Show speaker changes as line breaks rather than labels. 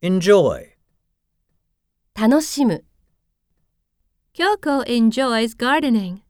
Enjoy.
楽しむ。Kyoko enjoys gardening.